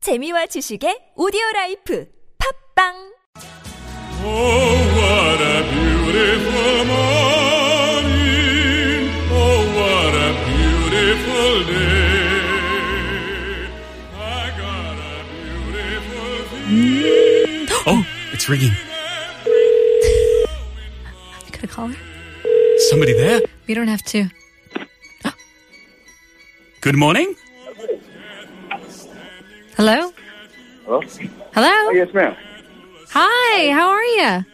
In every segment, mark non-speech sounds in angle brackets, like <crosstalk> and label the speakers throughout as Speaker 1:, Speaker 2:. Speaker 1: 재미와 지식의 오디오 라이프 팝빵
Speaker 2: Oh, what a beautiful morning. Oh, what a beautiful day. I got a beautiful feeling.
Speaker 3: Oh, it's ringing.
Speaker 4: Could I call her?
Speaker 3: Somebody there?
Speaker 4: We don't have to.
Speaker 3: Good morning.
Speaker 4: Hello?
Speaker 5: Hello? Oh,
Speaker 4: Hello?
Speaker 5: yes, ma'am.
Speaker 4: Hi, how are you?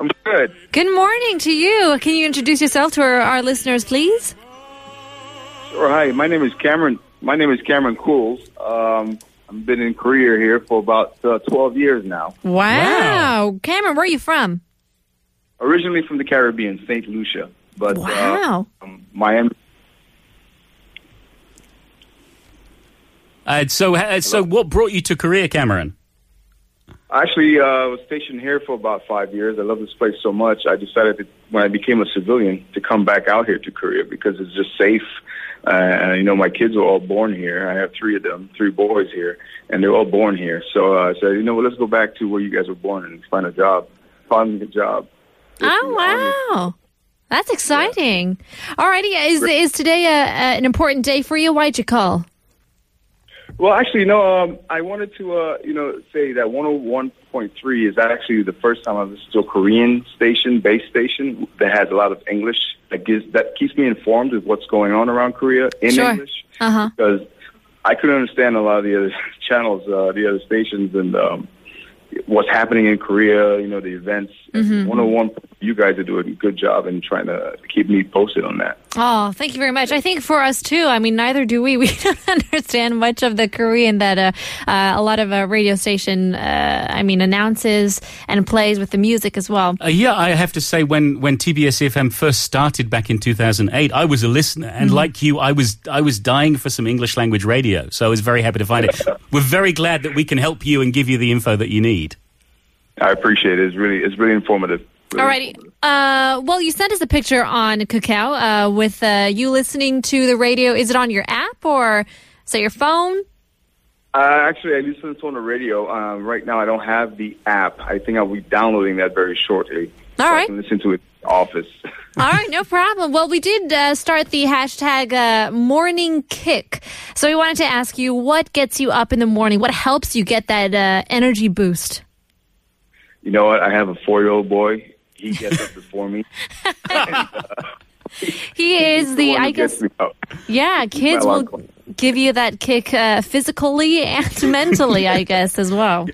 Speaker 5: I'm good.
Speaker 4: Good morning to you. Can you introduce yourself to our, our listeners, please?
Speaker 5: Sure. Hi, my name is Cameron. My name is Cameron Cools. Um, I've been in Korea here for about uh, 12 years now.
Speaker 4: Wow. Cameron, where are you from?
Speaker 5: Originally from the Caribbean, St. Lucia, but uh,
Speaker 4: Wow.
Speaker 5: um, Miami.
Speaker 3: Uh, so, uh, so what brought you to Korea, Cameron?
Speaker 5: I Actually, uh, was stationed here for about five years. I love this place so much. I decided to, when I became a civilian to come back out here to Korea because it's just safe. Uh, and, you know, my kids were all born here. I have three of them, three boys here, and they're all born here. So uh, I said, you know what, let's go back to where you guys were born and find a job. Find me a job.
Speaker 4: Oh, wow. That's exciting. Alrighty, is is today a, a, an important day for you? Why'd you call?
Speaker 5: Well, actually, no. Um, I wanted to, uh, you know, say that 101.3 is actually the first time I've listened to a Korean station, base station, that has a lot of English. That gives that keeps me informed of what's going on around Korea in
Speaker 4: Sure.
Speaker 5: English.
Speaker 4: Uh-huh.
Speaker 5: Because I couldn't understand a lot of the other <laughs> channels, uh, the other stations, and um, what's happening in Korea. You know, the events.
Speaker 4: Mm-hmm.
Speaker 5: 101. You guys are doing a good job in trying to keep me posted on that.
Speaker 4: Oh, thank you very much. I think for us too. I mean, neither do we. <laughs> We don't understand much of the Korean that uh, uh, a lot of uh, radio station, uh, I mean, announces and plays with the music as well.
Speaker 3: Uh, yeah, I have to say, when when TBS FM first started back in two thousand eight, I was a listener, and like you, I was I was dying for some English language radio. So I was very happy to find it. We're very glad that we can help you and give you the info that you need.
Speaker 5: I appreciate it. It's really, it's really informative. Really
Speaker 4: Alrighty. Uh, well, you sent us a picture on Kakao uh, with uh, you listening to the radio. Is it on your app or is that your
Speaker 5: <laughs>
Speaker 4: phone?
Speaker 5: Uh, actually, I listen to it on the radio. Um, right now, I don't have the app. I think I'll be downloading that very shortly.
Speaker 4: All
Speaker 5: so
Speaker 4: right.
Speaker 5: I can listen to it in the office. <laughs>
Speaker 4: All right, no problem. Well, we did uh, start the hashtag uh, morning kick. So we wanted to ask you what gets you up in the morning? What helps you get that uh, energy boost?
Speaker 5: you know what? I have a four-year-old boy. He gets up before me.
Speaker 4: He is <laughs>
Speaker 5: He's
Speaker 4: the,
Speaker 5: one who
Speaker 4: I
Speaker 5: gets
Speaker 4: guess,
Speaker 5: me up.
Speaker 4: yeah, kids
Speaker 5: <laughs> my
Speaker 4: will
Speaker 5: alarm
Speaker 4: give you that kick uh, physically and <laughs> mentally, I guess, as
Speaker 5: <laughs>
Speaker 4: well.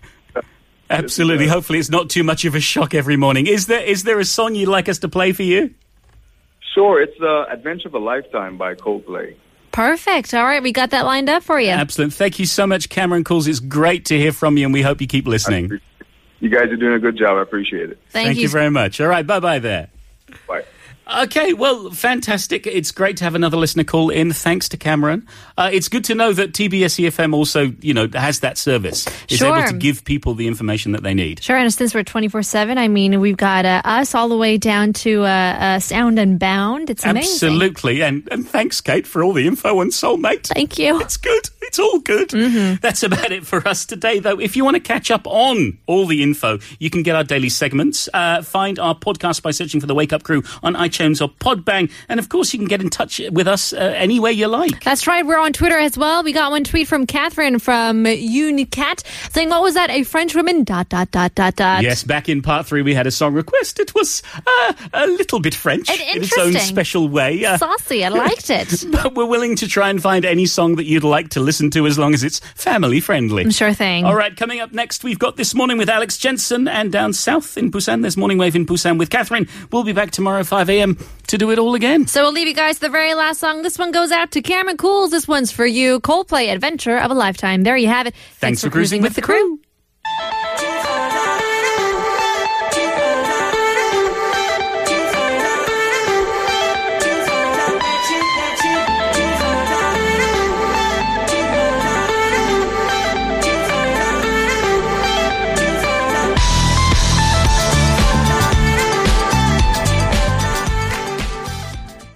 Speaker 3: Absolutely. Hopefully, it's not too much of a shock every morning. Is there is there a song you'd like us to play for you?
Speaker 5: Sure, it's uh, "Adventure of a Lifetime" by Coldplay.
Speaker 4: Perfect. All right, we got that lined up for you.
Speaker 3: Absolutely. Thank you so much, Cameron Calls. It's great to hear from you, and we hope you keep listening. Thank,
Speaker 5: You guys are doing a good job. I appreciate it.
Speaker 4: Thank,
Speaker 3: you very much. All right. Bye bye there.
Speaker 5: Bye.
Speaker 3: Okay, well, fantastic. It's great to have another listener call in. Thanks to Cameron. Uh, it's good to know that TBS EFM E also, you know, has that service. Is able
Speaker 4: Sure.
Speaker 3: to give people the information that they need.
Speaker 4: Sure, and since we're 24 7, I mean, we've got uh, us all the way down to uh, uh, Sound and Bound. It's amazing.
Speaker 3: Absolutely. And, and thanks, Kate, for all the info on Soulmate.
Speaker 4: Thank you. Mm-hmm.
Speaker 3: It's good. It's all good. That's about it for us today, though. If you want to catch up on all the info, you can get our daily segments. Uh, find our podcast by searching for The Wake Up Crew on iTunes or Podbang. And of course, you can get in touch with us uh, any way you like.
Speaker 4: That's right. We're on Twitter as well. We got one tweet from Catherine from Unicat saying, What was that? A French woman? Dot, dot, dot, dot, dot.
Speaker 3: Yes, back in part three, we had a song request. It was uh, a little bit French
Speaker 4: And
Speaker 3: in its own
Speaker 4: interesting.
Speaker 3: special way. Uh,
Speaker 4: Saucy. I
Speaker 3: <laughs>
Speaker 4: liked it.
Speaker 3: but we're willing to try and find any song that you'd like to listen to as long as it's family friendly.
Speaker 4: sure thing.
Speaker 3: All right, coming up next, we've got This Morning with Alex Jensen, and down south in Busan, there's Morning Wave in Busan with Catherine. We'll be back tomorrow, 5 a.m., to do it all again.
Speaker 4: So we'll leave you guys to the very last song. This one goes out to Cameron Cools. This one's for you. Coldplay Adventure of a Lifetime. There you have it.
Speaker 3: Thanks for cruising with the crew.